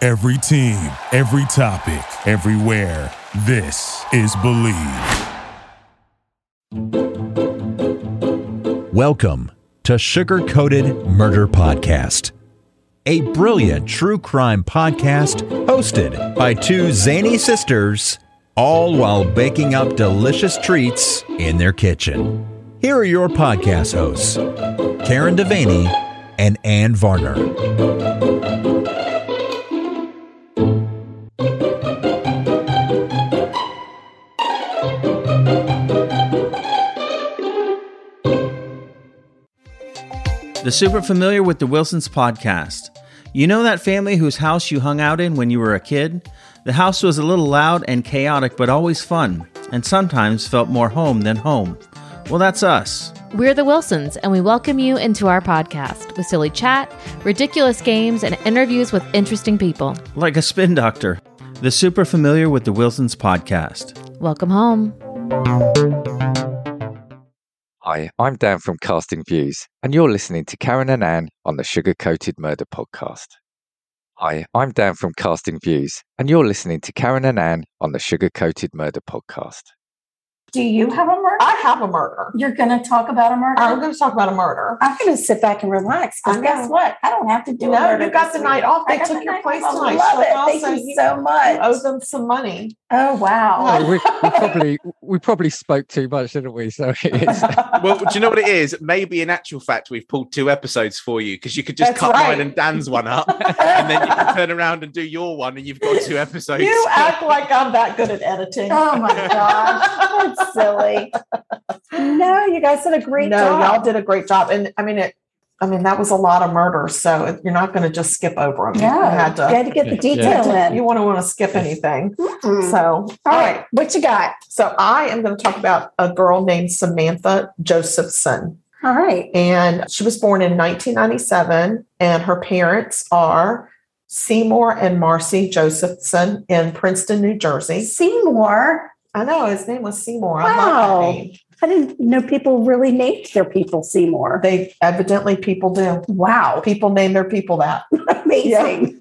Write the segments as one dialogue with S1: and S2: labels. S1: Every team, every topic, everywhere. This is Believe.
S2: Welcome to Sugar Coated Murder Podcast, a brilliant true crime podcast hosted by two zany sisters, all while baking up delicious treats in their kitchen. Here are your podcast hosts, Karen Devaney and Ann Varner.
S3: The super familiar with the Wilsons podcast. You know that family whose house you hung out in when you were a kid? The house was a little loud and chaotic, but always fun, and sometimes felt more home than home. Well, that's us.
S4: We're the Wilsons, and we welcome you into our podcast with silly chat, ridiculous games, and interviews with interesting people.
S3: Like a spin doctor. The super familiar with the Wilsons podcast.
S4: Welcome home.
S5: Hi, I'm Dan from Casting Views, and you're listening to Karen and Ann on the Sugar Coated Murder Podcast. Hi, I'm Dan from Casting Views, and you're listening to Karen and Ann on the Sugar Coated Murder Podcast.
S6: Do you have a murder?
S7: I have a murder.
S6: You're going to talk about a murder?
S7: I'm going to talk about a murder.
S6: I'm going to sit back and relax
S7: I
S6: because
S7: know.
S6: guess what? I don't have to do a
S7: No,
S6: murder
S7: you got
S6: this
S7: the
S6: week.
S7: night off.
S6: I
S7: They
S6: got
S7: took
S6: the
S7: your
S6: night
S7: place
S6: off. I
S7: tonight.
S6: love
S7: So
S6: it.
S7: I'll
S6: Thank
S7: say
S6: you
S7: you-
S6: so
S7: You owe
S6: much.
S7: them some money.
S6: Oh, wow.
S8: Oh, we, we probably we probably spoke too much, didn't we? So it's
S9: Well, do you know what it is? Maybe in actual fact, we've pulled two episodes for you because you could just
S7: That's
S9: cut
S7: right.
S9: mine and Dan's one up, and then you can turn around and do your one, and you've got two episodes.
S7: You act like I'm that good at editing.
S6: Oh my gosh, that's silly. No, you guys did a great
S7: no,
S6: job.
S7: y'all did a great job, and I mean it. I mean that was a lot of murders, so it- you're not going to just skip over them.
S6: No,
S7: you had to.
S6: get the
S8: Yeah.
S6: detail in. Mm-hmm.
S7: You want to want to skip anything.
S6: Mm-mm.
S7: So, all
S6: Hmm. All
S7: right.
S6: right, what you got?
S7: So, I am going to talk about a girl named Samantha Josephson.
S6: All right.
S7: and she was born in 1997 and her parents are seymour and marcy josephson in princeton new jersey
S6: Seymour.
S7: i know his name was seymour
S6: Wow.
S7: I love that name.
S6: I didn't know people really named their people Seymour.
S7: they evidently people do wow people name their people that
S6: Amazing.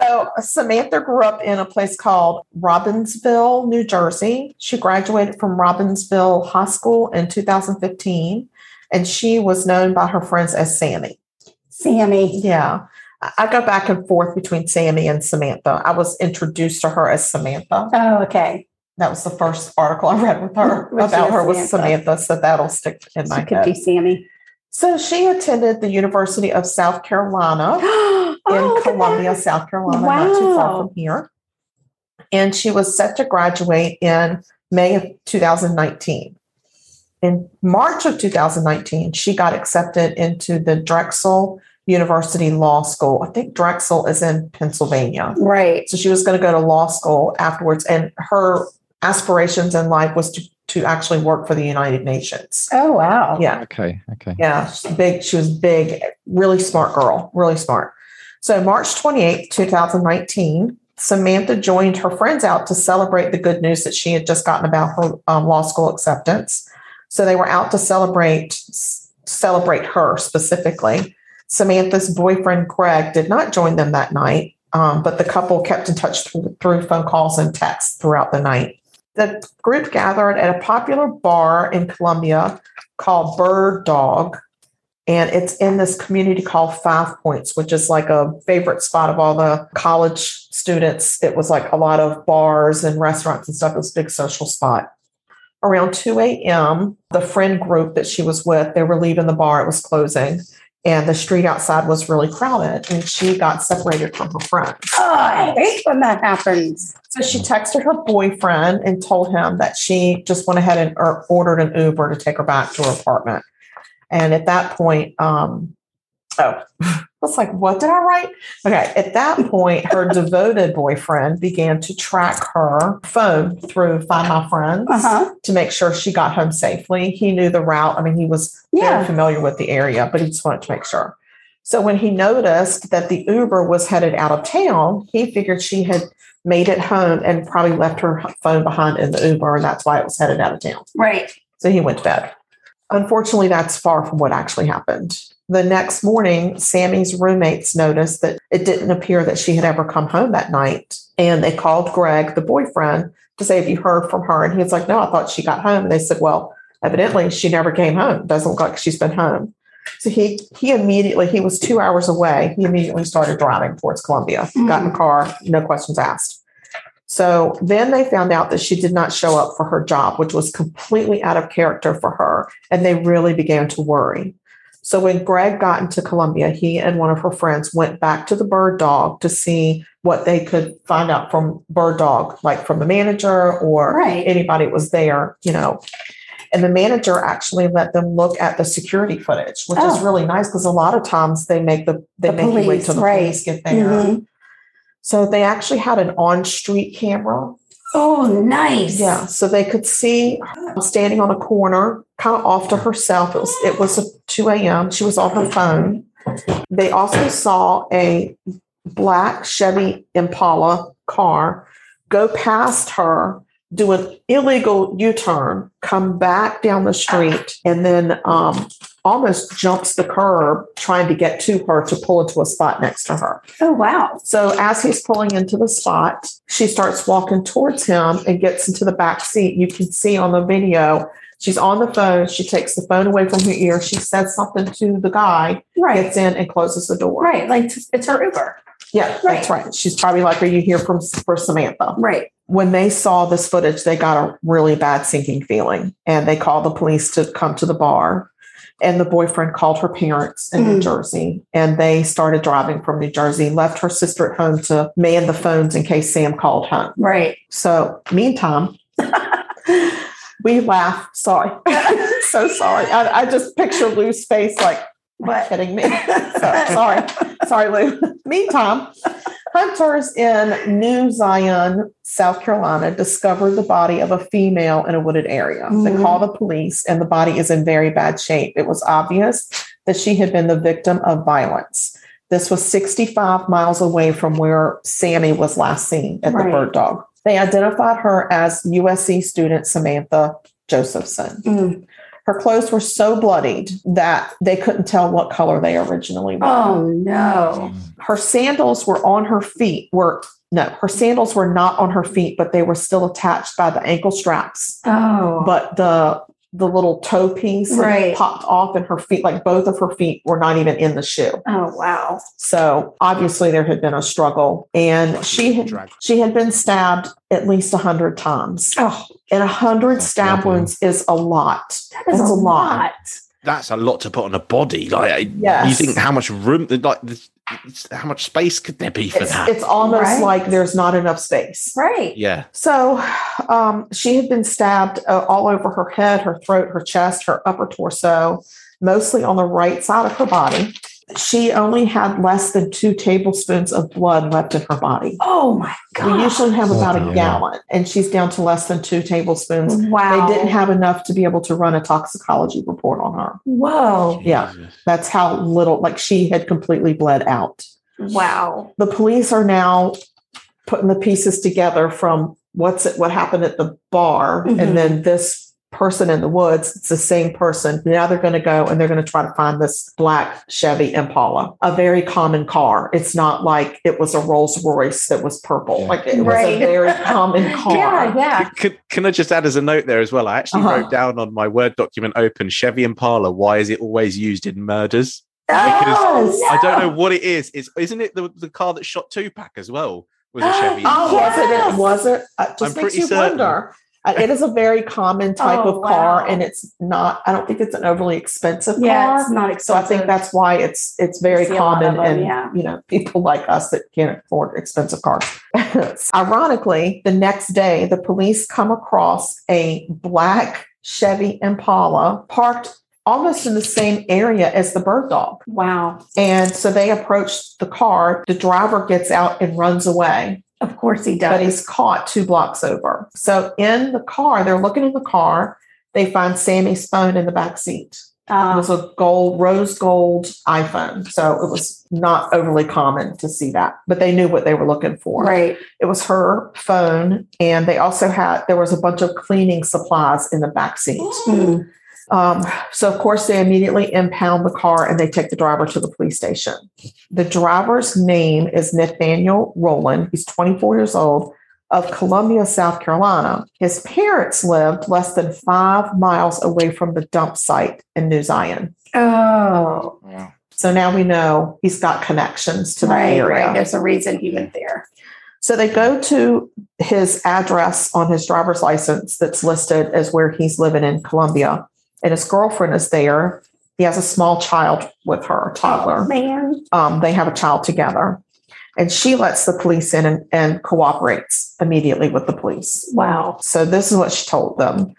S7: So Samantha grew up in a place called Robbinsville, New Jersey. She graduated from Robbinsville High School in 2015, and she was known by her friends as Sammy.
S6: Sammy.
S7: Yeah. I- I go back and forth between Sammy and Samantha. I was introduced to her as Samantha.
S6: Oh, okay.
S7: That was the first article I read with her
S6: Was she
S7: about
S6: a
S7: her was
S6: Samantha?
S7: Samantha. So that'll stick in my
S6: She could be
S7: head.
S6: Sammy.
S7: So she attended the University of South Carolina
S6: oh,
S7: in
S6: look at
S7: Columbia,
S6: that.
S7: South Carolina, not too far
S6: Wow.
S7: from here. And she was set to graduate in May of 2019. In March of 2019, she got accepted into the Drexel University Law School. I think Drexel is in Pennsylvania.
S6: Right.
S7: So she was going to go to law school afterwards. And her aspirations in life was to, to actually work for the United Nations.
S6: Oh, wow.
S7: Yeah.
S8: okay, okay.
S7: Yeah, she's big. She was big, really smart girl, really smart. So March twenty eighth, 2019, Samantha joined her friends out to celebrate the good news that she had just gotten about her um, law school acceptance. So they were out to celebrate s- celebrate her specifically. Samantha's boyfriend Greg did not join them that night, um, but the couple kept in touch through, through phone calls and texts throughout the night. The group gathered at a popular bar in Columbia called Bird Dog. And it's in this community called Five Points, which is like a favorite spot of all the college students. It was like a lot of bars and restaurants and stuff. It was a big social spot. Around 2 a.m., the friend group that she was with, they were leaving the bar, it was closing, and the street outside was really crowded. And she got separated from her friends.
S6: Oh, I hate when that happens.
S7: So she texted her boyfriend and told him that she just went ahead and er, ordered an Uber to take her back to her apartment. And at that point, um, oh, I was like, what did I write? Okay. At that point, her devoted boyfriend began to track her phone through Find My Friends
S6: Uh huh.
S7: to make sure she got home safely. He knew the route. I mean, he was very
S6: Yeah.
S7: familiar with the area, but he just wanted to make sure. So when he noticed that the Uber was headed out of town, he figured she had made it home and probably left her phone behind in the Uber, and that's why it was headed out of town.
S6: Right.
S7: So he went to bed. Unfortunately, that's far from what actually happened. The next morning, Sammy's roommates noticed that it didn't appear that she had ever come home that night. And they called Greg, the boyfriend, to say, Have you heard from her? And he was like, No, I thought she got home. And they said, Well, evidently she never came home. Doesn't look like she's been home. So he he immediately, he was two hours away. He immediately started driving towards Columbia, got in the car, no questions asked. So then they found out that she did not show up for her job, which was completely out of character for her. And they really began to worry. So when Greg got into Columbia, he and one of her friends went back to the bird dog to see what they could find out from bird dog, like from the manager or
S6: Right.
S7: anybody that was there, you know. And the manager actually let them look at the security footage, which is
S6: Oh.
S7: really nice because a lot of times they make the they
S6: The
S7: make you wait
S6: police,
S7: till the
S6: right.
S7: police get there.
S6: Mhm.
S7: So they actually had an on-street camera
S6: Oh, nice.
S7: yeah, so they could see her standing on a corner, kind of off to herself. It was it was 2 a.m. She was on her phone. They also saw a black Chevy Impala car go past her, do an illegal U-turn, come back down the street, and then um, almost jumps the curb trying to get to her to pull into a spot next to her.
S6: Oh, wow.
S7: So as he's pulling into the spot, she starts walking towards him and gets into the back seat. You can see on the video, she's on the phone. She takes the phone away from her ear. She says something to the guy,
S6: Right.
S7: gets in and closes the door.
S6: Right. Like it's her Uber.
S7: Yeah, that's right. She's probably like, "Are you here from for Samantha?"
S6: Right.
S7: When they saw this footage, they got a really bad sinking feeling, and they called the police to come to the bar. And the boyfriend called her parents in New
S6: Mm.
S7: Jersey, and they started driving from New Jersey. Left her sister at home to man the phones in case Sam called home.
S6: Right.
S7: So, meantime, we laugh. Sorry, so sorry. I, I just picture Lou's face like,
S6: But
S7: "What kidding me?" So, sorry, sorry, Lou. Meantime, hunters in New Zion, South Carolina, discovered the body of a female in a wooded area. They
S6: Mhm.
S7: call the police, and the body is in very bad shape. It was obvious that she had been the victim of violence. This was 65 miles away from where Sammy was last seen at the
S6: Right.
S7: bird dog. They identified her as USC student Samantha Josephson.
S6: Mm.
S7: Her clothes were so bloodied that they couldn't tell what color they originally were
S6: Oh no.
S7: her sandals were on her feet were no her sandals were not on her feet but they were still attached by the ankle straps
S6: Oh.
S7: but the the little toe piece had
S6: Right.
S7: popped off and her feet like both of her feet were not even in the shoe
S6: oh wow.
S7: so obviously there had been a struggle and she had
S9: Drag.
S7: she had been stabbed at least a hundred times
S6: Oh,
S7: and a hundred stab
S8: lovely.
S7: wounds is a lot
S6: that is
S7: That's
S6: a
S7: a lot.
S6: lot.
S9: That's a lot to put on a body. Like, I-
S7: Yes.
S9: you think how much room, like, this- how much space could there be for
S7: it's,
S9: that?
S7: it's almost
S6: Right.
S7: like there's not enough space
S6: Right.
S9: yeah.
S7: So um, she had been stabbed uh, all over her head, her throat, her chest, her upper torso, mostly on the right side of her body. She only had less than two tablespoons of blood left in her body.
S6: Oh my god. Oh,
S7: We usually have about a
S8: Wow.
S7: gallon, and she's down to less than two tablespoons.
S6: wow.
S7: They didn't have enough to be able to run a toxicology report on her.
S6: Whoa.
S7: Yeah.
S9: Jesus.
S7: That's how little, like, she had completely bled out
S6: Wow.
S7: the police are now putting the pieces together from what's it, what happened at the bar
S6: Mhm.
S7: and then this person in the woods it's the same person now they're going to go and they're going to try to find this black chevy impala a very common car it's not like it was a rolls royce that was purple
S8: Yeah.
S7: like it was a
S6: Right.
S7: very common car
S6: Yeah. Yeah.
S9: Can, can I just add as a note there as well? I actually
S7: Uh-huh.
S9: wrote down on my Word document open Chevy Impala. Why is it always used in murders?
S6: Oh,
S9: I don't know
S6: no.
S9: what it is. It's, isn't it the, the car that shot Tupac as well? Was a Chevy?
S7: Oh,
S9: Impala?
S6: Yes.
S7: was it? It was it? Uh, just
S9: I'm
S7: makes
S9: pretty
S7: you
S9: certain.
S7: wonder. Uh, It is a very common type
S6: Oh,
S7: of car,
S6: wow.
S7: and it's not. I don't think it's an overly expensive
S6: Yeah,
S7: car.
S6: it's not
S7: So
S6: expensive.
S7: I think that's why it's it's very
S6: see a lot
S7: common
S6: of them,
S7: and
S6: yeah.
S7: you know people like us that can't afford expensive cars. Ironically, the next day the police come across a black Chevy Impala parked almost in the same area as the bird dog.
S6: wow.
S7: And so they approach the car, the driver gets out and runs away,
S6: Of course he
S7: but
S6: does.
S7: he's caught two blocks over. So in the car, they're looking in the car, they find Sammy's phone in the back seat. It was
S6: Um,
S7: a gold, rose gold iPhone. So it was not overly common to see that, but they knew what they were looking for.
S6: right.
S7: It was her phone. And they also had, there was a bunch of cleaning supplies in the backseat.
S6: Mm.
S7: Um, so, of course, they immediately impound the car and they take the driver to the police station. The driver's name is Nathaniel Rowland. He's 24 years old of Columbia, South Carolina. His parents lived less than five miles away from the dump site in New Zion.
S6: Oh,
S5: Wow.
S7: So now we know he's got connections to that
S6: right,
S7: area.
S6: right. There's a reason he went there.
S7: So they go to his address on his driver's license that's listed as where he's living in Columbia, and his girlfriend is there. He has a small child with her, a toddler.
S6: Man.
S7: Um, they have a child together, and she lets the police in and, and cooperates immediately with the police.
S6: Wow.
S7: So this is what she told them.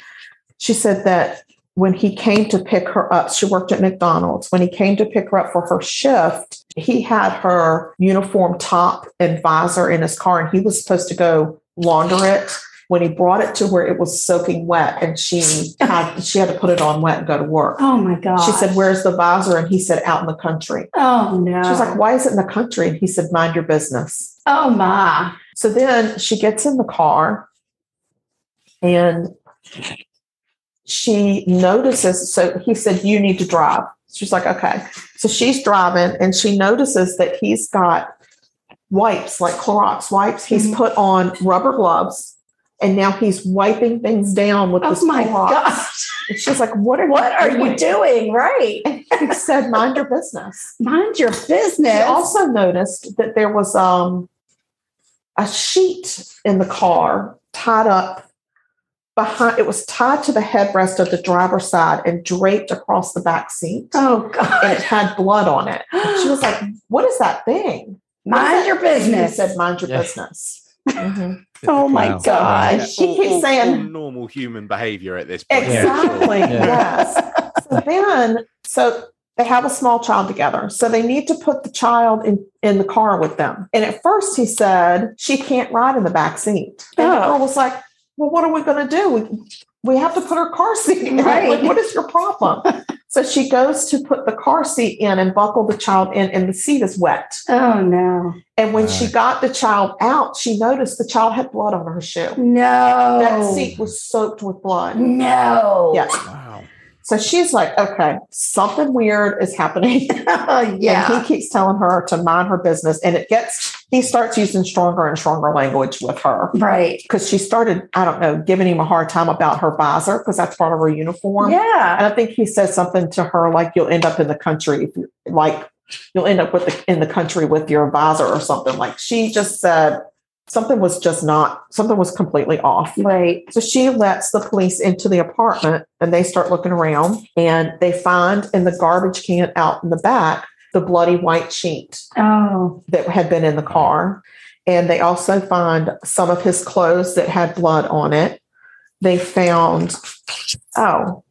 S7: She said that when he came to pick her up, she worked at McDonald's. When he came to pick her up for her shift, he had her uniform top and visor in his car, and he was supposed to go launder it. When he brought it to where it was soaking wet, and she had she had to put it on wet and go to work.
S6: Oh my God.
S7: She said, "Where's the visor?" And he said, "Out in the country."
S6: Oh no.
S7: She was like, "Why is it in the country?" And he said, "Mind your business."
S6: Oh my.
S7: So then she gets in the car and she notices. So he said, You need to drive. She's like, Okay. So she's driving and she notices that he's got wipes, like Clorox wipes. He's
S6: Mhm.
S7: put on rubber gloves and now he's wiping things down with this
S6: Oh my
S7: Clorox.
S6: gosh.
S7: And she's like, What are,
S6: What are you doing? Right.
S7: He said, Mind your business.
S6: Mind your
S7: She
S6: business.
S7: also noticed that there was um, a sheet in the car tied up behind. It was tied to the headrest of the driver's side and draped across the back seat,
S6: oh
S7: and it
S6: God.
S7: had blood on it. She was like, "What is that thing?"
S6: Mind your
S7: And
S6: business.
S7: he said, "Mind your
S9: Yeah.
S7: business."
S6: Oh my
S2: Wow.
S6: gosh.
S9: Yeah.
S7: she
S9: All-
S7: keeps
S9: all-
S7: saying-
S9: all normal human behavior at this point.
S7: Exactly.
S8: Yeah.
S7: Yes. So then, so they have a small child together. So they need to put the child in, in the car with them. And at first he said, she can't ride in the back seat. And the
S6: Oh.
S7: girl was like, well, what are we going to do? We, we have to put her car seat in.
S6: Right.
S7: Like, what is your problem? so she goes to put the car seat in and buckle the child in, and the seat is wet.
S6: Oh no.
S7: And when she got the child out, she noticed the child had blood on her shoe.
S6: No.
S7: That seat was soaked with blood.
S6: Mm. No.
S7: Yes.
S9: Wow.
S7: So she's like, okay, something weird is happening. And
S6: yeah.
S7: he keeps telling her to mind her business. And it gets, he starts using stronger and stronger language with her
S6: Right.
S7: because she started, I don't know, giving him a hard time about her visor because that's part of her uniform.
S6: Yeah.
S7: And I think he says something to her like, you'll end up in the country, if you, like, you'll end up with the, in the country with your visor or something. Like, she just said something was just not, something was completely off.
S6: Right.
S7: So she lets the police into the apartment and they start looking around and they find in the garbage can out in the back the bloody white sheet
S6: Oh.
S7: that had been in the car. And they also find some of his clothes that had blood on it. They found, oh,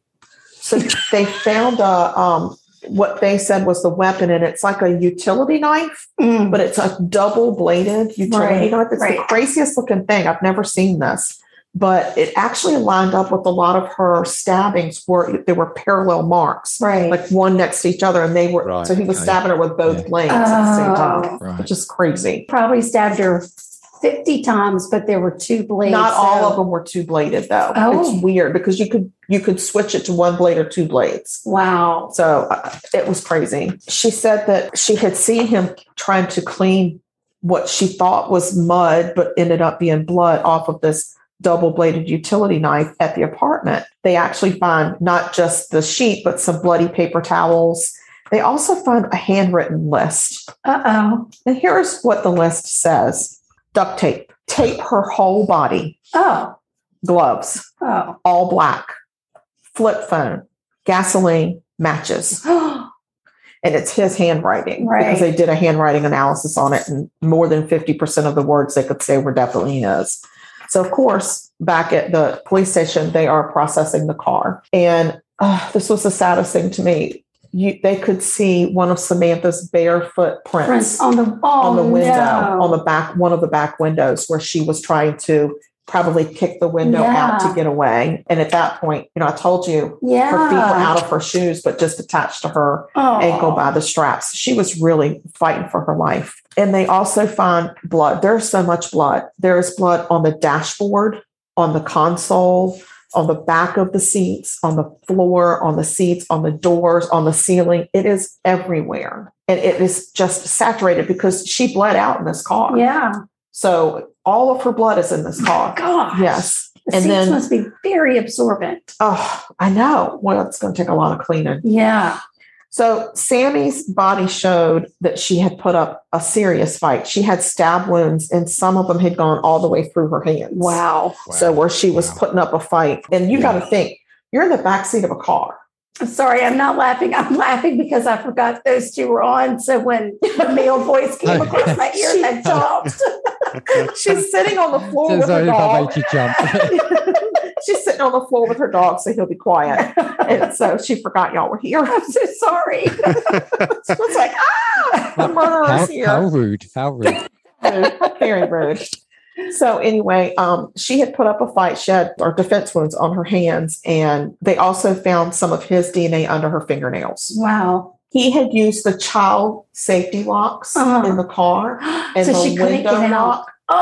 S7: so they found a, um, what they said was the weapon, and it's like a utility knife,
S6: Mm.
S7: but it's a double bladed utility
S6: Right,
S7: knife. It's the
S6: right.
S7: craziest looking thing. I've never seen this, but it actually lined up with a lot of her stabbings where there were parallel marks,
S6: Right.
S7: like one next to each other, and they were
S9: Right,
S7: so he was
S9: okay.
S7: stabbing her with both
S2: Yeah.
S7: blades at the same time,
S6: oh.
S2: Right.
S7: which is crazy.
S6: Probably stabbed her 50 times, but there were two blades.
S7: Not all
S6: so-
S7: of them were two bladed though.
S6: Oh.
S7: It's weird because you could you could switch it to one blade or two blades.
S6: Wow.
S7: So uh, it was crazy. She said that she had seen him trying to clean what she thought was mud, but ended up being blood off of this double bladed utility knife at the apartment. They actually find not just the sheet, but some bloody paper towels. They also find a handwritten list.
S6: Uh oh.
S7: And here's what the list says duct tape, tape her whole body,
S6: Oh.
S7: gloves, all black, flip phone, gasoline, matches.
S6: Oh.
S7: And it's his handwriting
S6: Right.
S7: because they did a handwriting analysis on it, and more than 50% of the words they could say were definitely his. So, of course, back at the police station, they are processing the car. And uh, this was the saddest thing to me. You, they could see one of Samantha's barefoot
S6: Prints on the wall.
S7: on the window,
S6: no.
S7: on the back, one of the back windows where she was trying to probably kick the window out to
S6: Yeah.
S7: get away. And at that point, you know, I told you
S6: yeah.
S7: her feet were out of her shoes, but just attached to her
S6: oh.
S7: ankle by the straps. She was really fighting for her life. And they also find blood. There's so much blood. There is blood on the dashboard, on the console, on the back of the seats, on the floor, on the seats, on the doors, on the ceiling. It is everywhere. And it is just saturated because she bled out in this car.
S6: Oh. Yeah. Oh
S7: So all of her blood is in this car.
S6: Gosh.
S7: Yes.
S6: The
S7: And
S6: seats
S7: then-
S6: must be very absorbent.
S7: Oh, I know. Well, it's going to take a lot of cleaning.
S6: Yeah.
S7: So Sammy's body showed that she had put up a serious fight. She had stab wounds, and some of them had gone all the way through her hands.
S6: Wow.
S7: So where she was
S9: Wow.
S7: putting up a fight, and you got to think you're in the back seat of a car.
S6: I'm sorry, I'm not laughing. I'm laughing because I forgot those two were on. So when the male voice came across my ear, and I jumped.
S7: She's sitting on the floor
S8: So
S7: with her
S8: sorry if I made
S7: dog.
S8: you jump.
S7: She's sitting on the floor with her dog, so he'll be quiet. And so she forgot y'all were here.
S6: I'm so sorry.
S7: So it's like ah, the murderer's
S8: how,
S7: here.
S8: how rude! How rude!
S7: rude, very rude. So anyway, um, she had put up a fight. She had or defense wounds on her hands, and they also found some of his DNA under her fingernails.
S6: Wow.
S7: He had used the child safety locks
S6: Uh-huh.
S7: in the car and
S6: so
S7: the
S6: she couldn't
S7: window
S6: get out.
S7: lock to keep her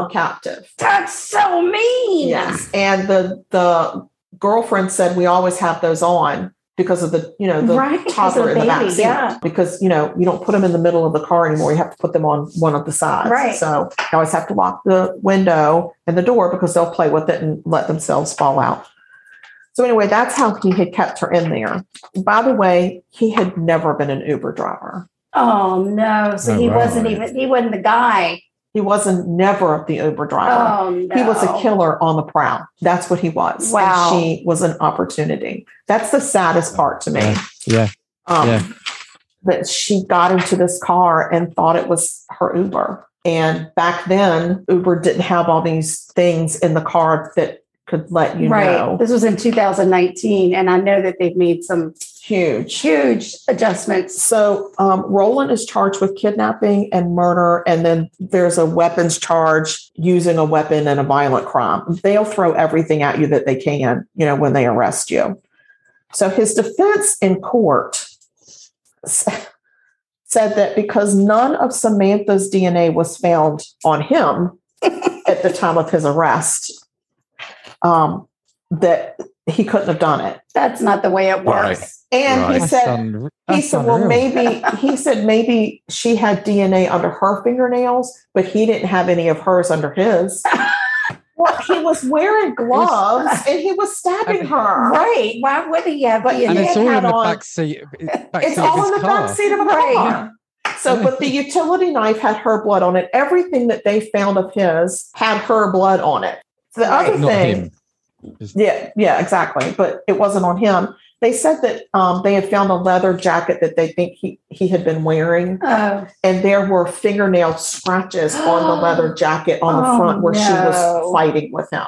S6: Oh,
S7: captive.
S6: that's so mean.
S7: Yes, and the the girlfriend said we always have those on because of the you know the
S6: Right, 'cause of
S7: toddler
S6: the
S7: in the back
S6: baby,
S7: seat
S6: yeah.
S7: because you know you don't put them in the middle of the car anymore. You have to put them on one of the sides.
S6: Right.
S7: So you always have to lock the window and the door because they'll play with it and let themselves fall out. So anyway, that's how he had kept her in there. By the way, he had never been an Uber driver.
S6: Oh no. So
S1: Oh,
S6: he
S1: wow.
S6: wasn't even he wasn't the guy.
S7: He wasn't never the Uber driver.
S6: Oh no.
S7: He was a killer on the prowl. That's what he was. And
S6: Wow.
S7: she was an opportunity. That's the saddest part to me.
S8: Yeah.
S7: Um,
S8: Yeah.
S7: That she got into this car and thought it was her Uber. And back then, Uber didn't have all these things in the car that could let you
S6: right.
S7: know.
S6: This was in 2019, and I know that they've made some
S7: Huge.
S6: huge adjustments.
S7: So um, Roland is charged with kidnapping and murder, and then there's a weapons charge using a weapon and a violent crime. They'll throw everything at you that they can, you know, when they arrest you. So his defense in court s- said that because none of Samantha's DNA was found on him at the time of his arrest, um, that he couldn't have done it.
S6: That's not the way it
S9: Right.
S6: works.
S7: And he
S9: Right.
S8: That's
S7: said,
S8: unr-
S7: he
S8: that's
S7: said, well,
S8: unreal.
S7: maybe he said maybe she had DNA under her fingernails, but he didn't have any of hers under his. well, he was wearing gloves and he was stabbing her.
S6: Right. Why would he have
S7: But-
S6: but,
S8: And
S7: he
S8: it's
S7: had
S8: all in
S7: hat
S8: the
S7: on.
S8: back seat. Back
S7: It's
S8: seat
S7: all
S8: of
S7: in
S8: his
S7: the
S8: car.
S7: back seat of a
S6: Right.
S7: car. So, but the utility knife had her blood on it. Everything that they found of his had her blood on it. The
S6: Right.
S7: other
S8: Not
S7: thing,
S8: him.
S7: yeah, yeah, exactly. But it wasn't on him. They said that um, they had found a leather jacket that they think he, he had been wearing.
S6: Oh,
S7: and there were fingernail scratches on the leather jacket on the
S6: Oh,
S7: front where she was
S6: no.
S7: fighting with him.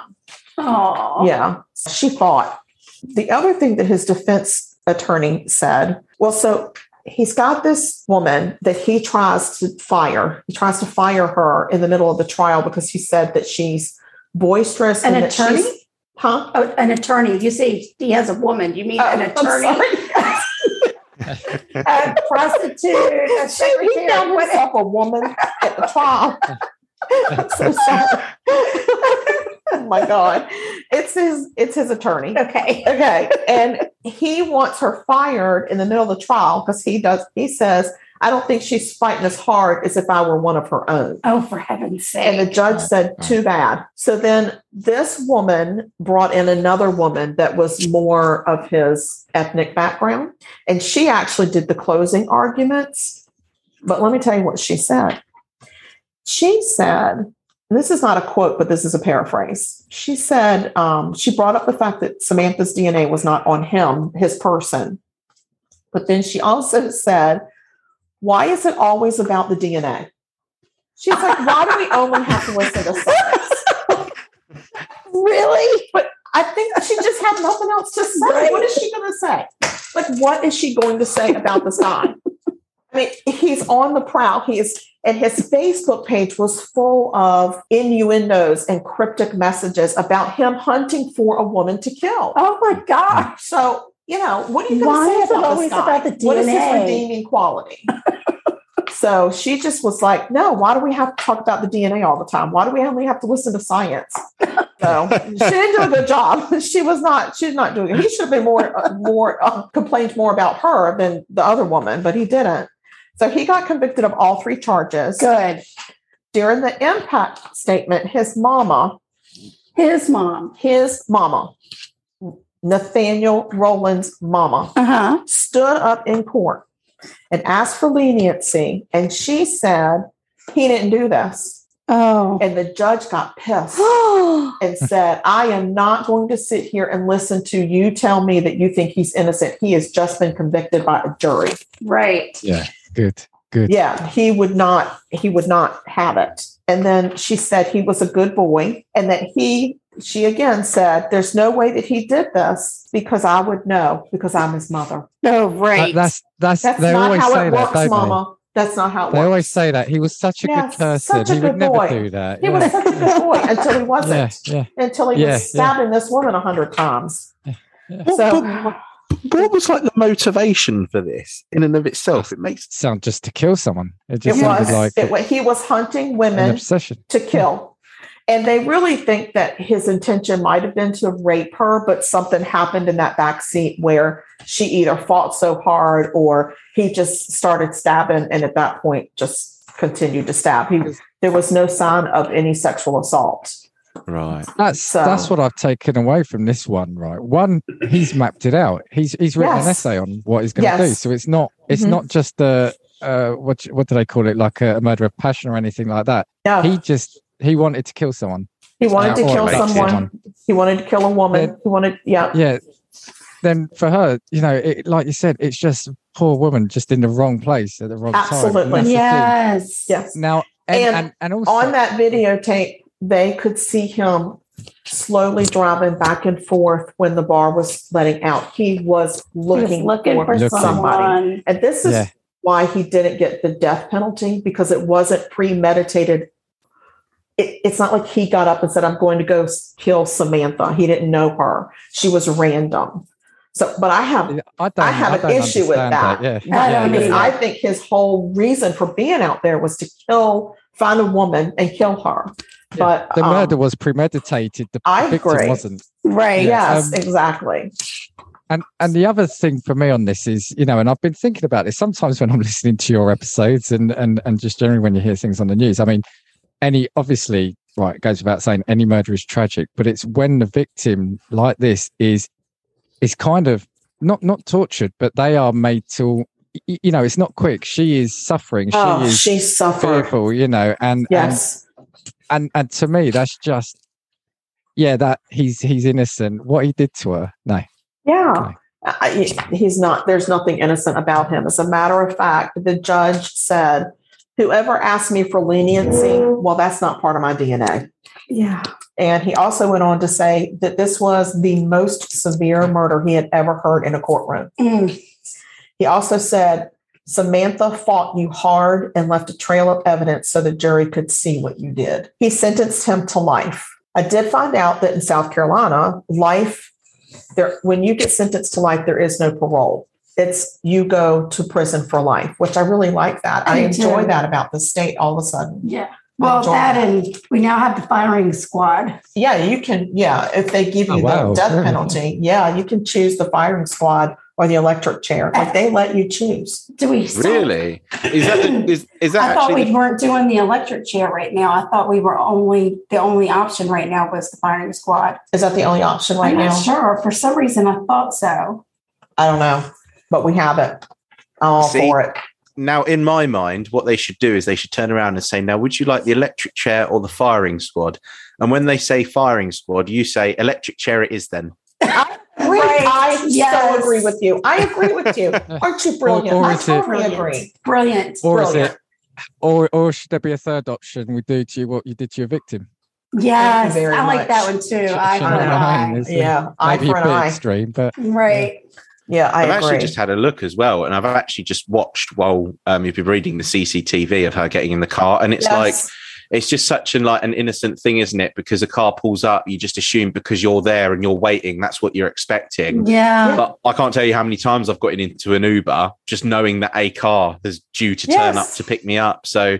S6: oh.
S7: Yeah, she fought. The other thing that his defense attorney said well, so he's got this woman that he tries to fire. He tries to fire her in the middle of the trial because he said that she's boisterous.
S6: An
S7: and that she's-
S6: attorney?
S7: Huh?
S6: Oh, an attorney. You say he has a woman. You mean an
S7: Oh, I'm
S6: attorney?
S7: sorry.
S6: A prostitute, a
S7: she, he
S6: secretary,
S7: found
S6: what-
S7: himself a woman at the trial. I'm so sorry. oh my god, it's his it's his attorney.
S6: Okay.
S7: Okay, and he wants her fired in the middle of the trial because he does. He says, "I don't think she's fighting as hard as if I were one of her own."
S6: Oh, for heaven's sake.
S7: And the judge said, "Too bad." So then this woman brought in another woman that was more of his ethnic background, and she actually did the closing arguments. But let me tell you what she said. She said, and this is not a quote, but this is a paraphrase. She said um, she brought up the fact that Samantha's DNA was not on him, his person. But then she also said, why is it always about the DNA? She's like, why do we only have to listen to science? really? But I think she just had nothing else to say.
S6: Right.
S7: What is she going to say? Like, what is she going to say about this guy? I mean, he's on the prowl. He is and his Facebook page was full of innuendos and cryptic messages about him hunting for a woman to kill.
S6: oh my God.
S7: So, you know, what are you going
S6: Why
S7: to
S6: is
S7: say
S6: it
S7: about
S6: always
S7: this guy?
S6: about the
S7: What is his
S6: DNA?
S7: redeeming quality? So she just was like, no, why do we have to talk about the DNA all the time? Why do we only have to listen to science? So she didn't do a good job. She was not, she did not doing it. He should have been more, uh, more, uh, complained more about her than the other woman, but he didn't. So he got convicted of all three charges.
S6: Good.
S7: During the impact statement, his mama,
S6: His mom.
S7: his mama, Nathaniel Rowland's mama,
S6: Uh huh.
S7: stood up in court and asked for leniency. And she said, he didn't do this.
S6: Oh.
S7: And the judge got pissed
S6: Oh.
S7: and said, I am not going to sit here and listen to you tell me that you think he's innocent. He has just been convicted by a jury.
S6: right.
S8: Good. Good.
S7: Yeah, he would not, he would not have it. And then she said he was a good boy and that he, she again said, there's no way that he did this because I would know because I'm his mother.
S6: Oh,
S8: That-
S6: right.
S8: that's that's,
S7: That's
S8: they
S7: not
S8: always
S7: how
S8: say
S7: it
S8: that,
S7: works,
S8: don't they?
S7: Mama. That's not how it
S8: They
S7: works.
S8: always say that he was such a
S7: Yes,
S8: good person.
S7: such a
S8: He
S7: good
S8: would never
S7: boy.
S8: do that.
S7: He
S8: yeah.
S7: was such a good boy until he wasn't.
S8: yeah, yeah.
S7: Until he
S8: Yeah, yeah.
S7: was stabbing this woman a hundred times.
S8: yeah.
S10: What,
S7: So
S10: but- but what was like the motivation for this in and of itself? It makes
S8: Sound just to kill someone. It
S7: it
S8: just sounded
S7: was.
S8: like
S7: it wa- he was hunting
S8: an
S7: women
S8: obsession.
S7: to kill, and they really think that his intention might have been to rape her, but something happened in that back seat where she either fought so hard or he just started stabbing, and at that point just continued to stab. He was, there was no sign of any sexual assault.
S10: right.
S8: That's that's
S7: So-
S8: what I've taken away from this one, right? One, he's mapped it out. He's he's written
S7: Yes.
S8: an essay on what he's going to do.
S7: Yes. Mm-hmm.
S8: So it's not it's
S4: Mhm.
S8: not just a uh, what what do they call it? Like a, murder of passion or anything like that.
S7: No,
S8: He
S7: he,
S8: just he wanted to kill someone.
S7: wanted to
S8: Or
S7: kill
S8: rape
S7: someone. He wanted to kill a woman. He wanted, yeah,
S8: Yeah. Then for her, you know, it, like you said, it's just poor woman just in the wrong place at the wrong time.
S7: Absolutely.
S8: And that's the thing.
S6: yes.
S7: yes.
S8: Now and
S7: And
S8: and, and also
S7: On that videotape, they could see him slowly driving back and forth when the bar was letting out. He was
S6: He was
S7: looking,
S6: looking for
S8: Looking.
S6: someone.
S7: And this is
S8: Yeah.
S7: why he didn't get the death penalty because it wasn't premeditated. It, it's not like he got up and said, I'm going to go s- kill Samantha. He didn't know her. She was random. So, but I have
S8: I don't
S7: I have an
S8: don't
S7: issue with
S8: understand
S7: that.
S8: Yeah.
S6: I
S8: yeah, yeah.
S6: don't
S7: Because
S6: either.
S7: I think his whole reason for being out there was to kill, find a woman and kill her.
S8: Yeah.
S7: But
S8: The
S7: um,
S8: murder was premeditated. The
S7: I
S8: victim
S7: agree.
S8: wasn't.
S6: Right.
S7: Yes,
S8: um,
S7: exactly.
S8: And and the other thing for me on this is, you know, and I've been thinking about this sometimes when I'm listening to your episodes and and and just generally when you hear things on the news. I mean, any obviously right it goes without saying any murder is tragic, but it's when the victim like this is is kind of not not tortured, but they are made to y- y- you know it's not quick. She is suffering. She
S7: oh,
S8: is
S7: she suffered.
S8: fearful. You know, and and
S7: Yes.
S8: and and to me that's just yeah that he's he's innocent what he did to her no
S7: yeah.
S8: Okay.
S7: I, I- he's not, there's nothing innocent about him. As a matter of fact, the judge said, whoever asked me for leniency, well, that's not part of my DNA.
S6: Yeah.
S7: And he also went on to say that this was the most severe murder he had ever heard in a courtroom.
S6: Mm.
S7: He also said, Samantha fought you hard and left a trail of evidence so the jury could see what you did. He sentenced him to life. I did find out that in South Carolina, life, there, when you get sentenced to life, there is no parole. It's you go to prison for life, which I really like that. I,
S6: I do.
S7: enjoy that about the state all of a sudden.
S6: Yeah. Well,
S7: Enjoy.
S6: that and we now have the firing squad.
S7: Yeah, you can. Yeah, if they give you
S8: Oh, wow.
S7: the death
S8: Very
S7: penalty, yeah, you can choose the firing squad or the electric chair. Like they let you choose.
S6: Do we still-
S9: Really? Is that the, is, is that
S6: I thought
S9: actually
S6: we weren't doing the electric chair right now. I thought we were only the only option right now was the firing squad.
S7: Is that the only option right
S6: I'm
S7: now?
S6: not sure. For some reason, I thought so.
S7: I don't know, but we have it. I'm all
S9: See?
S7: for it.
S9: the, now in my mind what they should do is they should turn around and say now would you like the electric chair or the firing squad? And when they say firing squad, you say electric chair it is then.
S6: Right.
S7: I
S6: Yes.
S7: so agree with you. I agree with you. Aren't you brilliant?
S8: Or- or
S7: I
S8: is it-
S7: totally
S6: Brilliant.
S7: agree.
S6: Brilliant.
S8: or is
S7: Brilliant.
S8: it or or should there be a third option we do to you what you did to your victim
S6: Yes.
S7: very
S6: I like that
S7: much.
S6: one too.
S8: Sh-
S6: Eye
S8: shine
S6: for an
S8: it
S6: eye.
S8: behind us.
S7: Yeah, eye
S8: maybe
S7: for
S8: uh, a
S7: an
S8: bit
S7: eye.
S8: extreme but
S6: Right.
S7: Yeah, I
S9: I've
S7: agree.
S9: actually just had a look as well, and I've actually just watched while um, you've been reading the CCTV of her getting in the car, and it's
S7: Yes.
S9: like it's just such an like an innocent thing, isn't it? Because a car pulls up, you just assume because you're there and you're waiting, that's what you're expecting.
S6: Yeah.
S9: But I can't tell you how many times I've gotten into an Uber just knowing that a car is due to turn
S6: Yes.
S9: up to pick me up. So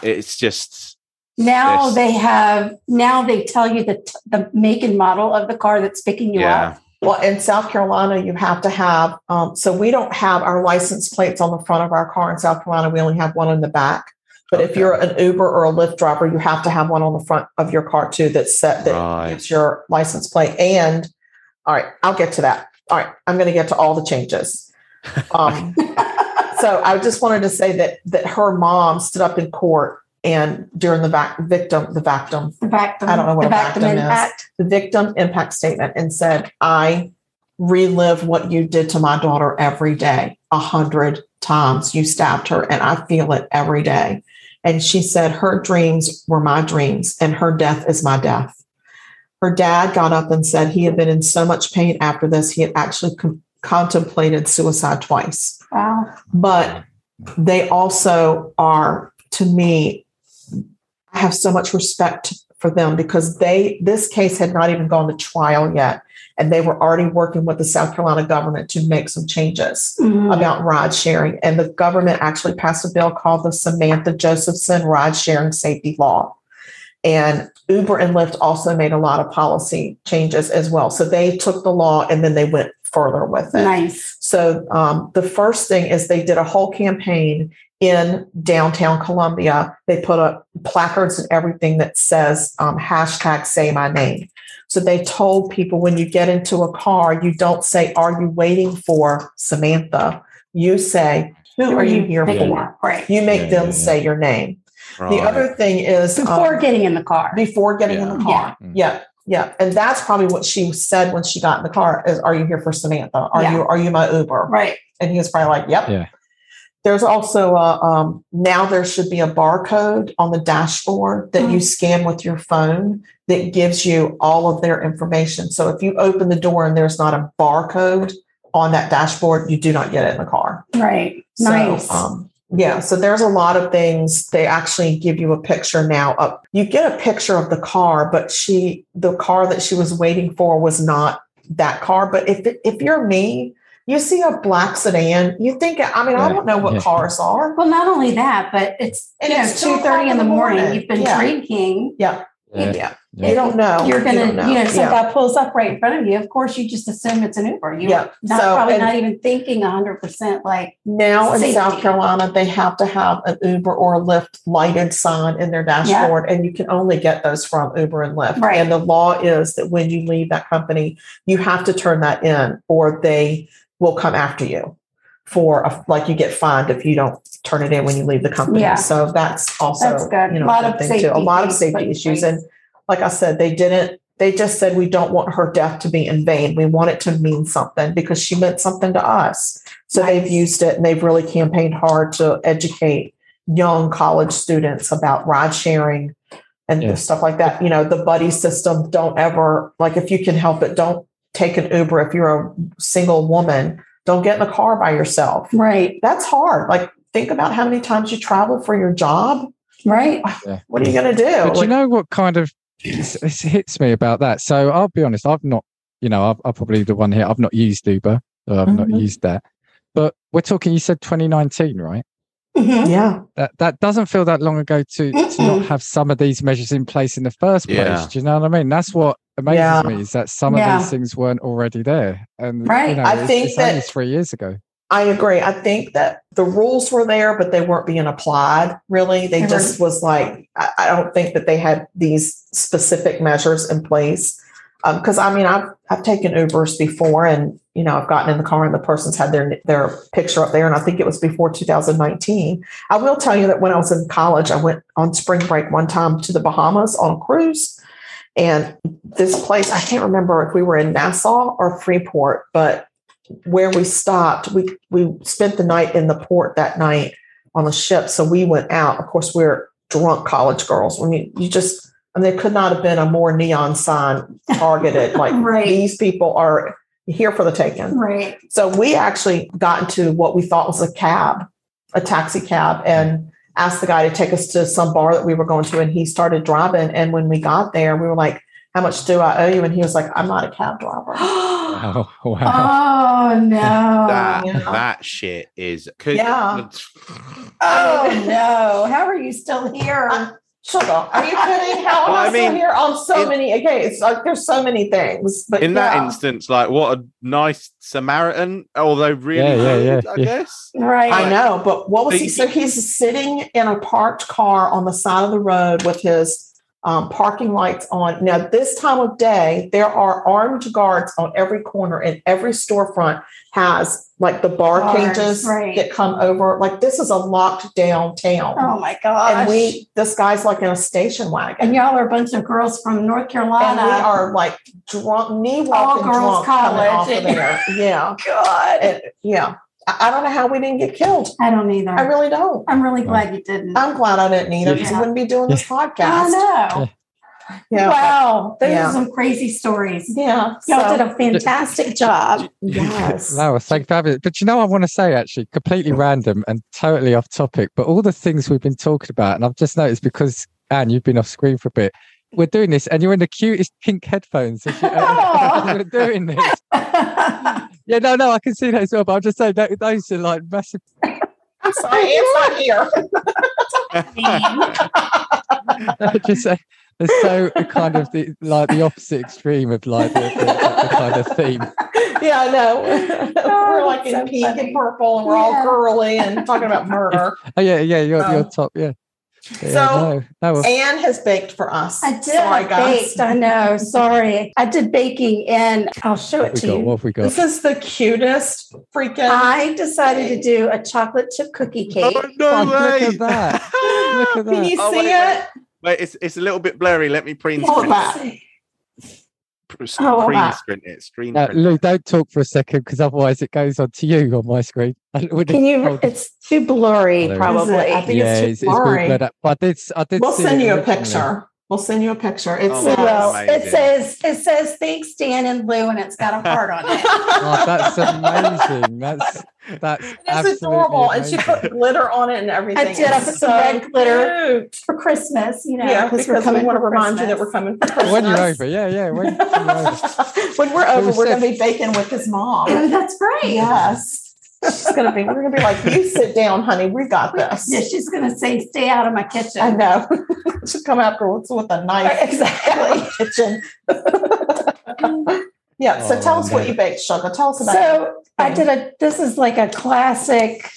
S9: it's just
S6: Now
S9: Yes.
S6: they have. Now they tell you the t- the make and model of the car that's picking you
S9: yeah,
S7: Well, in South Carolina, you have to have, um, so we don't have our license plates on the front of our car in South Carolina. We only have one on the back. But if
S9: Okay.
S7: you're an Uber or a Lyft driver, you have to have one on the front of your car too that's set that
S9: right.
S7: gives your license plate. And all right, I'll get to that. All right, I'm going to get to all the changes. Um, so I just wanted to say that that her mom stood up in court and during the vac- victim the victim
S6: up. The back.
S7: I don't know what
S6: the
S7: a
S6: back
S7: backdom is.
S6: impact.
S7: the victim impact statement and said, I relive what you did to my daughter every day, a hundred times. You stabbed her and I feel it every day. And she said, her dreams were my dreams and her death is my death. Her dad got up and said he had been in so much pain after this, he had actually con- contemplated suicide twice
S6: Wow.
S7: but they also are to me i have so much respect for them because they this case had not even gone to trial yet and they were already working with the south carolina government to make some changes
S6: Mhm.
S7: about ride sharing and the government actually passed a bill called the samantha josephson ride sharing safety law and uber and lyft also made a lot of policy changes as well so they took the law and then they went further with it
S6: Nice.
S7: so um, the first thing is they did a whole campaign in downtown Columbia. They put up placards and everything that says um, hashtag say my name. So they told people when you get into a car, you don't say, Are you waiting for Samantha? You say, Who are you here
S6: picking
S7: for?
S6: up? Right.
S7: You make
S10: Yeah,
S7: them
S10: yeah, yeah.
S7: say your name.
S9: right.
S7: The other thing is um,
S6: Before getting in the car.
S7: before getting in the
S6: Yeah.
S7: car.
S10: Yeah. Mm.
S7: Yeah. Yeah. And that's probably what she said when she got in the car is are you here for Samantha? Are
S6: Yeah.
S7: you are you my Uber?
S6: Right.
S7: And he was probably like, yep.
S8: Yeah.
S7: There's also a, um, now there should be a barcode on the dashboard that you scan with your phone that gives you all of their information. So if you open the door and there's not a barcode on that dashboard, you do not get it in the car.
S6: Right.
S7: So,
S6: nice.
S7: um, yeah. So there's a lot of things. They actually give you a picture now. Up, you get a picture of the car, but she, the car that she was waiting for, was not that car. But if it, if you're me, you see a black sedan, you think. I mean, I
S8: Yeah.
S7: don't know what
S8: Yeah.
S7: cars are.
S6: well, not only that, but it's
S7: And
S6: you know,
S7: it's
S6: two thirty in the morning. You've been
S7: Yeah.
S6: drinking.
S8: Yeah.
S7: Yeah.
S8: Yeah.
S7: You don't know.
S6: You're gonna, you
S7: don't
S6: know, some
S7: yeah.
S6: guy pulls up right in front of you. Of course, you just assume it's an Uber. You're
S7: Yeah.
S6: not
S7: So,
S6: probably
S7: and-
S6: not even thinking hundred percent. Like,
S7: Now in
S6: Safety.
S7: South Carolina, they have to have an Uber or a Lyft lighted sign in their dashboard, and you can only get those from Uber and Lyft.
S6: Right.
S7: And the law is that when you leave that company, you have to turn that in, or they will come after you for a, like you get fined if you don't turn it in when you leave the company.
S6: Yeah.
S7: So that's also
S6: That's good.
S7: you know
S6: Lot
S7: good
S6: of
S7: thing
S6: safety
S7: too. A lot of
S6: things,
S7: safety
S6: like
S7: issues,
S6: things.
S7: and like I said, they didn't. They just said we don't want her death to be in vain. We want it to mean something because she meant something to us. So they've
S6: Nice.
S7: used it and they've really campaigned hard to educate young college students about ride sharing and
S8: Yeah.
S7: stuff like that. You know, the buddy system, don't ever, like, if you can help it, don't take an Uber. If you're a single woman, don't get in a car by yourself.
S6: right,
S7: That's hard. Like, think about how many times you travel for your job.
S6: right,
S7: What are you going to do?
S8: But you
S7: Like,
S8: know what kind of it's- it hits me about that? So I'll be honest, I've not, you know, I've, I'm probably the one here. I've not used Uber, or I've not
S6: Mhm.
S8: used that. But we're talking. You said 2019, right?
S6: Mhm.
S7: yeah.
S8: That that doesn't feel that long ago to, to not
S6: Mm-mm.
S8: have some of these measures in place in the first place.
S9: Yeah.
S8: Do you know what I mean? That's what amazes
S7: Yeah.
S8: me is that some
S6: Yeah.
S8: of these things weren't already there. And you
S6: Right.
S8: know,
S7: I
S8: it's,
S7: think
S8: it's only
S7: that-
S8: three years ago.
S7: I agree. I think that the rules were there, but they weren't being applied really. They
S6: They
S7: just was like, I, I don't think that they had these specific measures in place. Because I mean, I've I've taken Ubers before, and you know, I've gotten in the car and the person's had their their picture up there, and I think it was before 2019. I will tell you that when I was in college, I went on spring break one time to the Bahamas on a cruise, and this place I can't remember if we were in Nassau or Freeport, but where we stopped, we we spent the night in the port that night on the ship. So we went out. Of course, we're drunk college girls. I mean, you just I mean, there could not have been a more neon sign targeted. Like
S6: Right.
S7: these people are here for the taking.
S6: right.
S7: So we actually got into what we thought was a cab, a taxi cab, and asked the guy to take us to some bar that we were going to, and he started driving. And when we got there, we were like, "How much do I owe you?" And he was like, "I'm not a cab driver."
S8: Wow. Oh, wow.
S6: Oh no.
S9: that
S7: yeah.
S9: that shit is. Could,
S7: Yeah.
S6: Oh no. How are you still here?
S7: Sugar, are you kidding? How am
S9: Well,
S7: I,
S9: I
S7: still
S9: mean,
S7: here on so
S9: in-
S7: many? Okay, it's like there's so many things, but
S9: In that
S7: yeah.
S9: instance, like what a nice Samaritan, although really
S8: Yeah, yeah,
S9: rude,
S8: yeah,
S9: I
S8: yeah.
S9: guess.
S6: Right.
S7: I know, Oh, but what was
S9: But
S7: he?
S9: you-
S7: So he's sitting in a parked car on the side of the road with his um, parking lights on. Now, this time of day, there are armed guards on every corner, and every storefront has like the bar
S6: Bars,
S7: cages
S6: right.
S7: that come over. Like this is a locked down town,
S6: Oh my gosh.
S7: and we this guy's like in a station wagon,
S6: and y'all are a bunch of girls from North
S7: and
S6: Carolina.
S7: we are like drunk, knee walking
S6: girls
S7: drunk coming off
S6: college.
S7: of there. yeah,
S6: God.
S7: And- yeah. I, I don't know how we didn't get killed.
S6: I don't either.
S7: I really don't.
S6: I'm really glad you didn't.
S7: I'm glad I didn't need it because
S6: Yeah.
S7: I wouldn't be doing this
S6: I
S7: podcast.
S6: know.
S7: Yeah.
S6: Wow. Those
S7: Yeah.
S6: are some crazy stories.
S7: Yeah.
S6: Y'all
S7: so-
S6: did a fantastic job. Oh,
S7: yes.
S8: No, thank you for having it. But you know, I want to say actually, completely random and totally off topic, but all the things we've been talking about, and I've just noticed because Anne, you've been off screen for a bit. We're doing this, and you're in the cutest pink headphones. As you,
S6: Aw.
S8: we're doing this. Yeah, no, no, I can see that as well. But I'm just saying that those are like massive.
S7: I'm sorry, it's not here.
S8: just say they're so kind of the like the opposite extreme of like the, the, the kind of theme.
S7: yeah, I know.
S6: Oh,
S7: we're like in
S6: that's so
S7: pink
S6: funny.
S7: and purple and we're
S6: Yeah.
S7: all girly and talking about murder.
S8: Oh yeah, yeah, you're,
S7: Oh.
S8: you're top. Yeah. Yeah,
S7: So-
S8: no, no, well,
S7: Anne has baked for us.
S6: I did.
S7: Sorry,
S6: I
S7: guys.
S6: baked. I know. Sorry. I did baking and I'll show
S8: what have
S6: it
S8: we
S6: to
S8: got?
S6: you.
S8: What have we got?
S7: This is the cutest freaking.
S6: I decided to do a chocolate chip cookie cake.
S9: Oh, no
S8: Oh,
S9: way.
S8: Look at that. Look at
S7: Can
S8: that.
S7: you
S9: Oh,
S7: see
S9: wait,
S7: it?
S9: Wait, it's it's a little bit blurry. Let me print
S7: Hold
S9: screen,
S7: back.
S9: pr- screen
S6: Oh, wow.
S9: print it. Screen
S8: Now,
S9: print.
S8: Lou, don't talk for a second because otherwise it goes on to you on my screen. I wouldn't-
S6: Can you?
S8: hold it.
S6: It's too blurry,
S8: There it is.
S6: probably.
S7: I think
S8: yeah,
S7: it's
S8: it's,
S7: too
S8: it's all
S7: blurry.
S8: blurred up. But I did, s- I did
S7: We'll
S8: see
S7: send
S8: it
S7: you a
S8: originally.
S7: picture. We'll send you a picture. uh, It
S9: Oh,
S6: We
S7: says,
S6: will.
S9: Amazing.
S6: It says it says thanks Dan and Lou, and it's got a heart on it.
S8: Oh, that's amazing. That's that's
S7: It's
S8: absolutely
S7: adorable, and she
S8: amazing.
S7: put glitter on it and everything.
S6: I did. I
S7: It's
S6: put some red glitter.
S7: cute.
S6: for Christmas, you know.
S7: yeah, because
S6: we're
S7: we
S6: coming
S7: want to
S6: for
S7: remind you that we're
S6: Christmas.
S7: coming for Christmas.
S8: when you're over, yeah, yeah. When, when you're over.
S7: when we're over,
S8: Who
S7: we're
S8: said-
S7: going to be baking with his
S6: Oh,
S7: mom.
S6: that's right.
S7: Yes, she's going to be. We're going to be like, you sit down, honey. We got
S6: Yeah,
S7: this.
S6: she's gonna say, "Stay out of my
S7: I
S6: kitchen."
S7: know. She'll come after us with a knife.
S6: Exactly.
S7: Kitchen. yeah. So
S8: Oh,
S7: tell us
S8: I
S7: what
S8: know.
S7: you baked, sugar. Tell us about. it.
S6: So I did a. This is like a classic.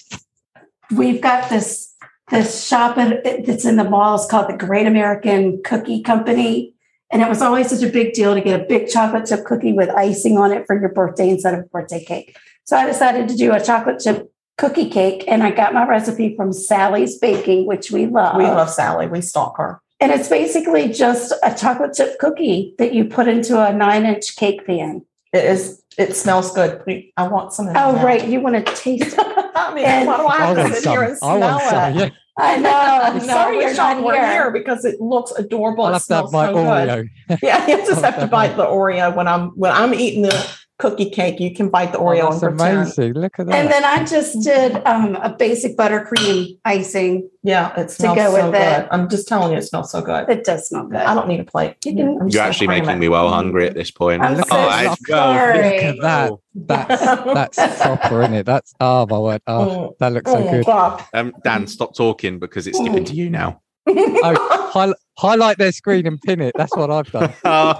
S6: We've got this this shop at- that's in the mall. It's called the Great American Cookie Company, and it was always such a big deal to get a big chocolate chip cookie with icing on it for your birthday instead of a birthday cake. So I decided to do a chocolate chip cookie cake, and I got my recipe from Sally's Baking, which we love.
S7: We love Sally. We stalk her.
S6: And it's basically just a chocolate chip cookie that you put into a nine inch cake pan.
S7: It is. It smells good. We- I want some. of
S6: Oh,
S7: that.
S6: right. You want to taste it.
S7: I mean,
S6: And-
S7: why do I
S8: I
S7: have
S8: want
S7: to sit here and
S8: some. I
S7: smell
S8: want
S7: it?
S8: some. Yeah,
S6: I know. I'm
S7: No,
S6: sorry
S7: I
S6: you're
S7: wish I
S6: not
S7: were
S6: here.
S7: here. because it looks adorable.
S8: I'll
S7: it
S8: have to have
S7: smells
S8: my
S7: so good.
S8: Oreo.
S7: Yeah, you just
S8: I'll
S7: have to
S8: have
S7: bite the Oreo when I'm when I'm eating the cookie cake. You can bite the
S8: Oh,
S7: Oreo
S8: that's
S7: and pretend.
S8: amazing. Look at that.
S6: And then I just did um, a basic buttercream icing.
S7: Yeah, it smells
S6: go
S7: so
S6: with
S7: good.
S6: it.
S7: I'm just telling you, it smells so good.
S6: It does smell good.
S7: I don't need a plate.
S6: You can-
S7: I'm just
S9: You're
S7: gonna
S9: actually
S7: cram
S9: making
S7: it.
S9: me well hungry at this point.
S6: I'm
S8: so
S9: as
S6: sorry.
S8: Look at that.
S7: Oh.
S9: Oh,
S8: That's that's proper, isn't it? That's oh my word. Oh,
S7: Mm,
S8: that looks so
S7: mm,
S8: good.
S7: stop.
S9: Um, Dan, stop talking because it's skipping to you now.
S8: Oh, hi- highlight their screen and pin it. That's what I've done.
S9: Oh,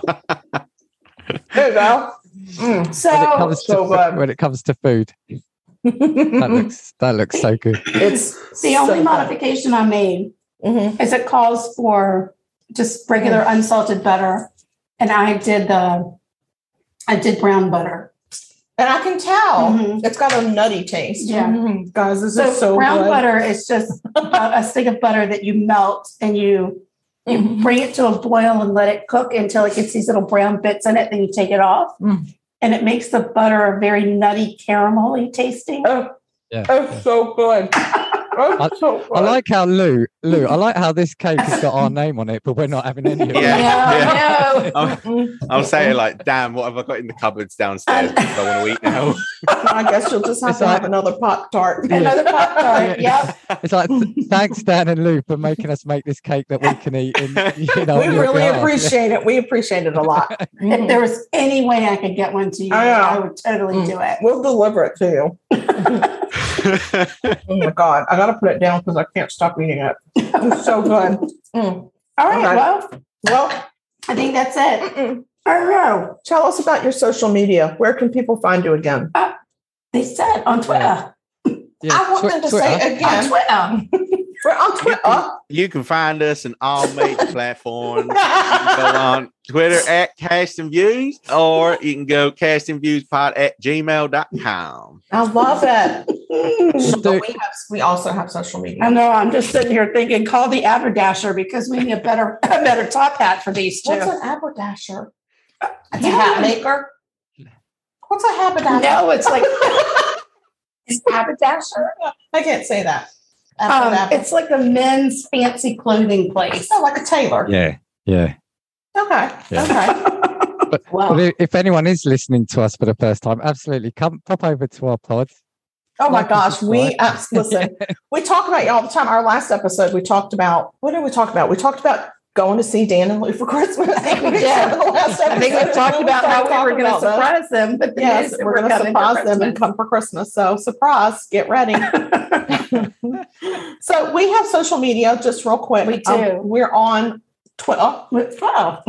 S7: There you go. Mm.
S8: When it
S6: So
S8: comes
S7: so
S8: to
S7: good.
S8: when it comes to food, that looks that looks so good.
S7: it's
S6: the only modification I made
S7: Mm-hmm.
S6: is it calls for just regular
S7: Mm.
S6: unsalted butter. And I did the, I did brown butter.
S7: And I can tell
S6: Mhm.
S7: it's got a nutty taste.
S6: Yeah.
S7: Mhm. guys, this
S6: So,
S7: is so
S6: brown
S7: good.
S6: butter is just a, a stick of butter that you melt and you you
S7: Mhm.
S6: bring it to a boil and let it cook until it gets these little brown bits in it. Then you take it off,
S7: Mm.
S6: and it makes the butter a very nutty, caramelly tasting.
S7: Oh,
S8: Yeah.
S7: it's so good.
S8: I like how Lou, Lou, I like how this cake has got our name on it, but we're not having any of it.
S9: Yeah.
S6: No, no.
S9: I'll, I'll say it like, damn, what have I got in the cupboards downstairs? Because I want to eat now.
S7: I guess you'll just have
S8: It's
S7: to
S8: like-
S7: have another Pop Tart.
S6: Another pop tart. Yep.
S8: It's like th- thanks Dan and Lou for making us make this cake that we can eat. And you know,
S7: we
S8: on your
S7: really
S8: behalf.
S7: appreciate it. We appreciate it a lot.
S6: If there was any way I could get one to you,
S7: I know.
S6: I would totally
S7: Mm.
S6: do it.
S7: We'll deliver it to you. Oh my god, I gotta put it down because I can't stop eating it. It's so good. Mm.
S6: All right.
S7: Okay.
S6: Well,
S7: Well,
S6: I think that's it.
S7: mm-mm.
S6: I don't know.
S7: tell us about your social media. Where can people find you again?
S6: They said on Twitter.
S8: Yeah,
S7: I want
S8: Twi-
S7: them to
S8: Twitter.
S7: say
S6: On
S7: again.
S6: Twitter.
S7: We're on Twitter.
S9: you can find us on all major platforms. You can go
S7: oh.
S9: on Twitter at Casting Views, or you can go castingviewspod at gmail.com.
S7: I love it.
S8: Just
S7: But
S8: do-
S7: we, have, we also have social media.
S6: I know. I'm just sitting here thinking, call the aberdasher because we need a better, a better top hat for these two.
S7: What's an haberdasher? It's
S6: Yeah.
S7: a hat maker. What's a haberdasher?
S6: No, it's like
S7: It's haberdasher. I can't say that.
S6: um,
S7: Haberdasher.
S6: it's like a men's fancy clothing place.
S7: Oh, like a tailor.
S2: Yeah.
S8: Yeah.
S7: Okay.
S8: Yeah.
S7: Okay. Oh.
S8: Well,
S6: Wow.
S8: i- if anyone is listening to us for the first time, absolutely come pop over to our pod.
S7: Oh my
S8: Like and
S7: gosh. We
S8: subscribe.
S7: uh, listen. we talk about you all the time. Our last episode, we talked about what did we talk about? We talked about going to see Dan and Lou for Christmas. I think
S6: we did. I think we talked about how we were going to
S7: surprise.
S6: surprise them, but the
S7: Yes,
S6: news that
S7: we're, going to
S6: coming for
S7: surprise them and
S6: Christmas.
S7: come for Christmas. So, surprise, get ready. so, we have social media just real quick. Um,
S6: We do.
S7: we're on Twitter
S6: With twelve.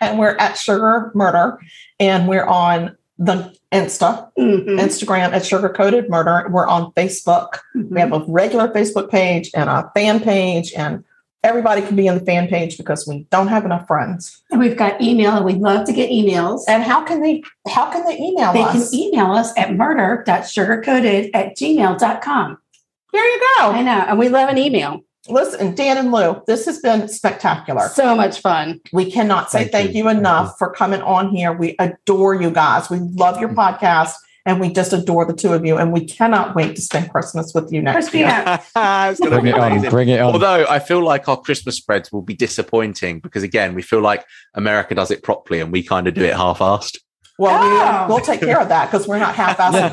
S7: and we're at Sugar Murder, and we're on the Insta,
S6: Mhm.
S7: Instagram at Sugar Coated Murder. We're on Facebook. We have a regular Facebook page and a fan page, and everybody can be in the fan page because we don't have enough friends.
S6: And we've got email, and we'd love to get emails.
S7: And how can they? How can e- they email
S6: They can
S7: us?
S6: email us at murder.sugarcoated at gmail.com.
S7: there you
S6: I
S7: go.
S6: know. And we love an email.
S7: Listen, Dan and Lou, this has been spectacular.
S6: So much fun.
S7: We cannot say
S8: Thank
S7: thank,
S8: you.
S7: you. enough for coming on here. We adore you guys. We love your podcast and we just adore the two of you. And we cannot wait to spend Christmas with you next year.
S6: Christina,
S9: It's gonna
S8: Bring
S9: be
S8: it on.
S9: amazing.
S8: Bring it on.
S9: Although I feel like our Christmas spreads will be disappointing because again, we feel like America does it properly and we kind of do it half-assed.
S7: Well,
S6: Oh.
S7: we, we'll take care of that because we're not half assed
S8: Yeah.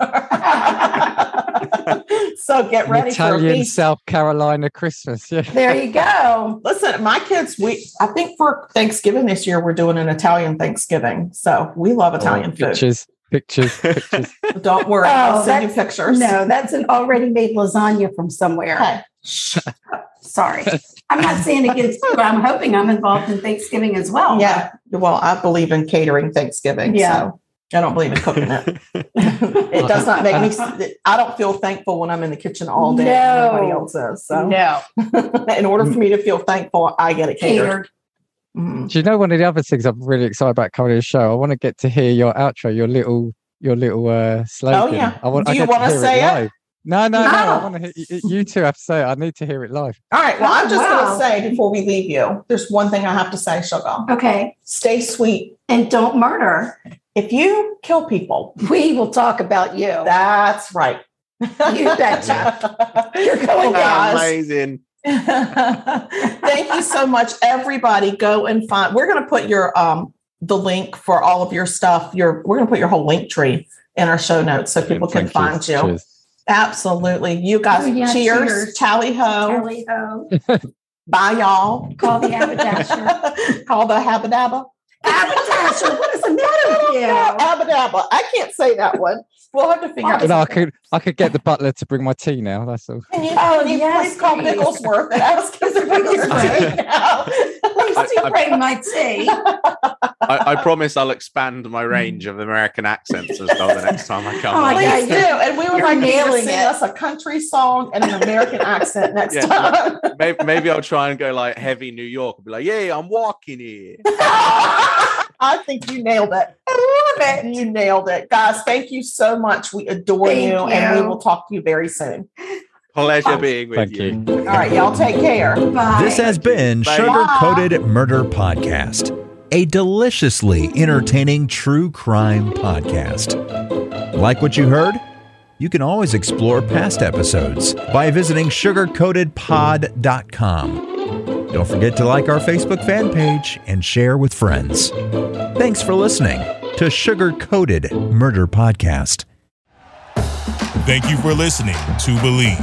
S7: at Christmas. so get
S8: An
S7: ready for a
S8: Italian
S7: feast.
S8: South Carolina Christmas. Yeah.
S6: there you go.
S7: Listen, my kids, we I think for Thanksgiving this year, we're doing an Italian Thanksgiving. So we love
S8: Oh,
S7: Italian food.
S8: Pictures, pictures, pictures.
S7: Don't worry,
S6: Oh,
S7: I'll send you
S6: that's-
S7: pictures.
S6: No, that's an already made lasagna from somewhere.
S7: Okay.
S6: Sorry. I'm not saying against you. I'm hoping I'm involved in Thanksgiving as well.
S7: Oh, Yeah. Well, I believe in catering Thanksgiving.
S6: Yeah.
S7: So I don't believe in cooking it. it does not make me, I don't feel thankful when I'm in the kitchen all day.
S6: No.
S7: and Nobody else is. So
S6: No.
S7: in order for me to feel thankful, I get it catered.
S6: Catered.
S7: Mm.
S8: Do you know one of the other things I'm really excited about coming to the show? I want to get to hear your outro, your little, your little uh, slogan.
S7: Oh, yeah.
S8: I want.
S7: Do
S8: I
S7: you
S8: get to
S7: wanna
S8: hear
S7: say it?
S8: live. No, no, no. I
S7: No.
S8: want to. Hear, you, you two have to say it. I need to hear it live.
S7: All right. Well, I'm just
S6: Wow.
S7: going to say before we leave you, there's one thing I have to say, Sugar.
S6: Okay.
S7: Stay sweet.
S6: And don't murder.
S7: If you kill people,
S6: We will talk about you.
S7: that's right.
S6: You betcha. You're going
S7: Guys.
S9: Amazing.
S7: Thank you so much, everybody. Go and find. We're going to put your um the link for all of your stuff. Your we're going to put your whole link tree in our show notes so people can
S8: Thank
S7: find you.
S8: Cheers.
S7: Absolutely, you guys.
S6: Oh, yeah,
S7: cheers,
S6: cheers.
S7: tally ho,
S6: Tally ho.
S7: bye y'all.
S6: Call the haberdasher.
S7: Call the habadabba.
S6: haberdasher, what is the matter with you?
S7: Abadabba. I can't say that one. We'll have to figure out.
S8: But I could, I could get the butler to bring my tea now. That's all.
S7: Can you,
S6: Oh,
S7: can you
S6: yes,
S7: please call
S6: please.
S7: Bigglesworth and ask him to bring your
S6: Bigglesworth.
S7: drink now?
S6: Please
S9: I-
S6: do bring my tea.
S9: I, I promise I'll expand my range of American accents as well the next time I come.
S6: Oh my
S9: on.
S6: God.
S7: Please do. And we would
S6: You're
S7: like you to
S6: nailing
S7: sing
S6: it.
S7: us a country song and an American accent next
S9: Yeah.
S7: time.
S9: May- maybe, I'll try and go like heavy New York. I'll be like, yeah, I'm walking here.
S7: I think you nailed it. I love it. You nailed it. Guys, thank you so much. We adore
S6: Thank
S7: you, and
S6: you.
S7: we will talk to you very soon.
S9: Pleasure being with
S8: Thank
S9: you.
S8: you.
S7: All right, y'all take care.
S6: Bye.
S2: This has been
S9: Bye.
S2: Sugar Coated Murder Podcast, a deliciously entertaining true crime podcast. Like what you heard? You can always explore past episodes by visiting sugarcoatedpod.com. Don't forget to like our Facebook fan page and share with friends. Thanks for listening to Sugar Coated Murder Podcast.
S1: Thank you for listening to Believe.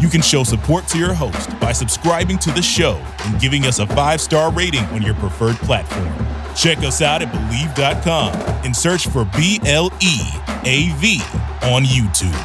S1: You can show support to your host by subscribing to the show and giving us a five star rating on your preferred platform. Check us out at Believe.com and search for B L E A V on YouTube.